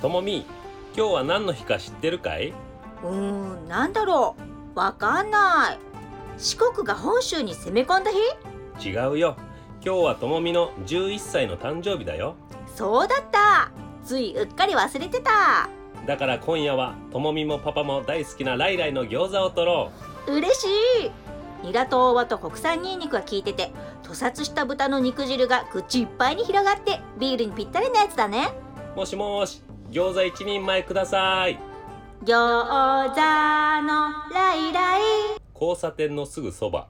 ともみ今日は何の日か知ってるかいうーん、なんだろう。わかんない。四国が本州に攻め込んだ日違うよ今日はともみの11歳の誕生日だよそうだった。ついうっかり忘れてた。だから今夜はともみもパパも大好きなライライの餃子を取ろ嬉しい。ニラと大葉と国産ニンニクが効いてて、屠殺した豚の肉汁が口いっぱいに広がって、ビールにぴったりなやつだね。うもしもーし餃子一人前ください餃子のライライ。交差点のすぐそば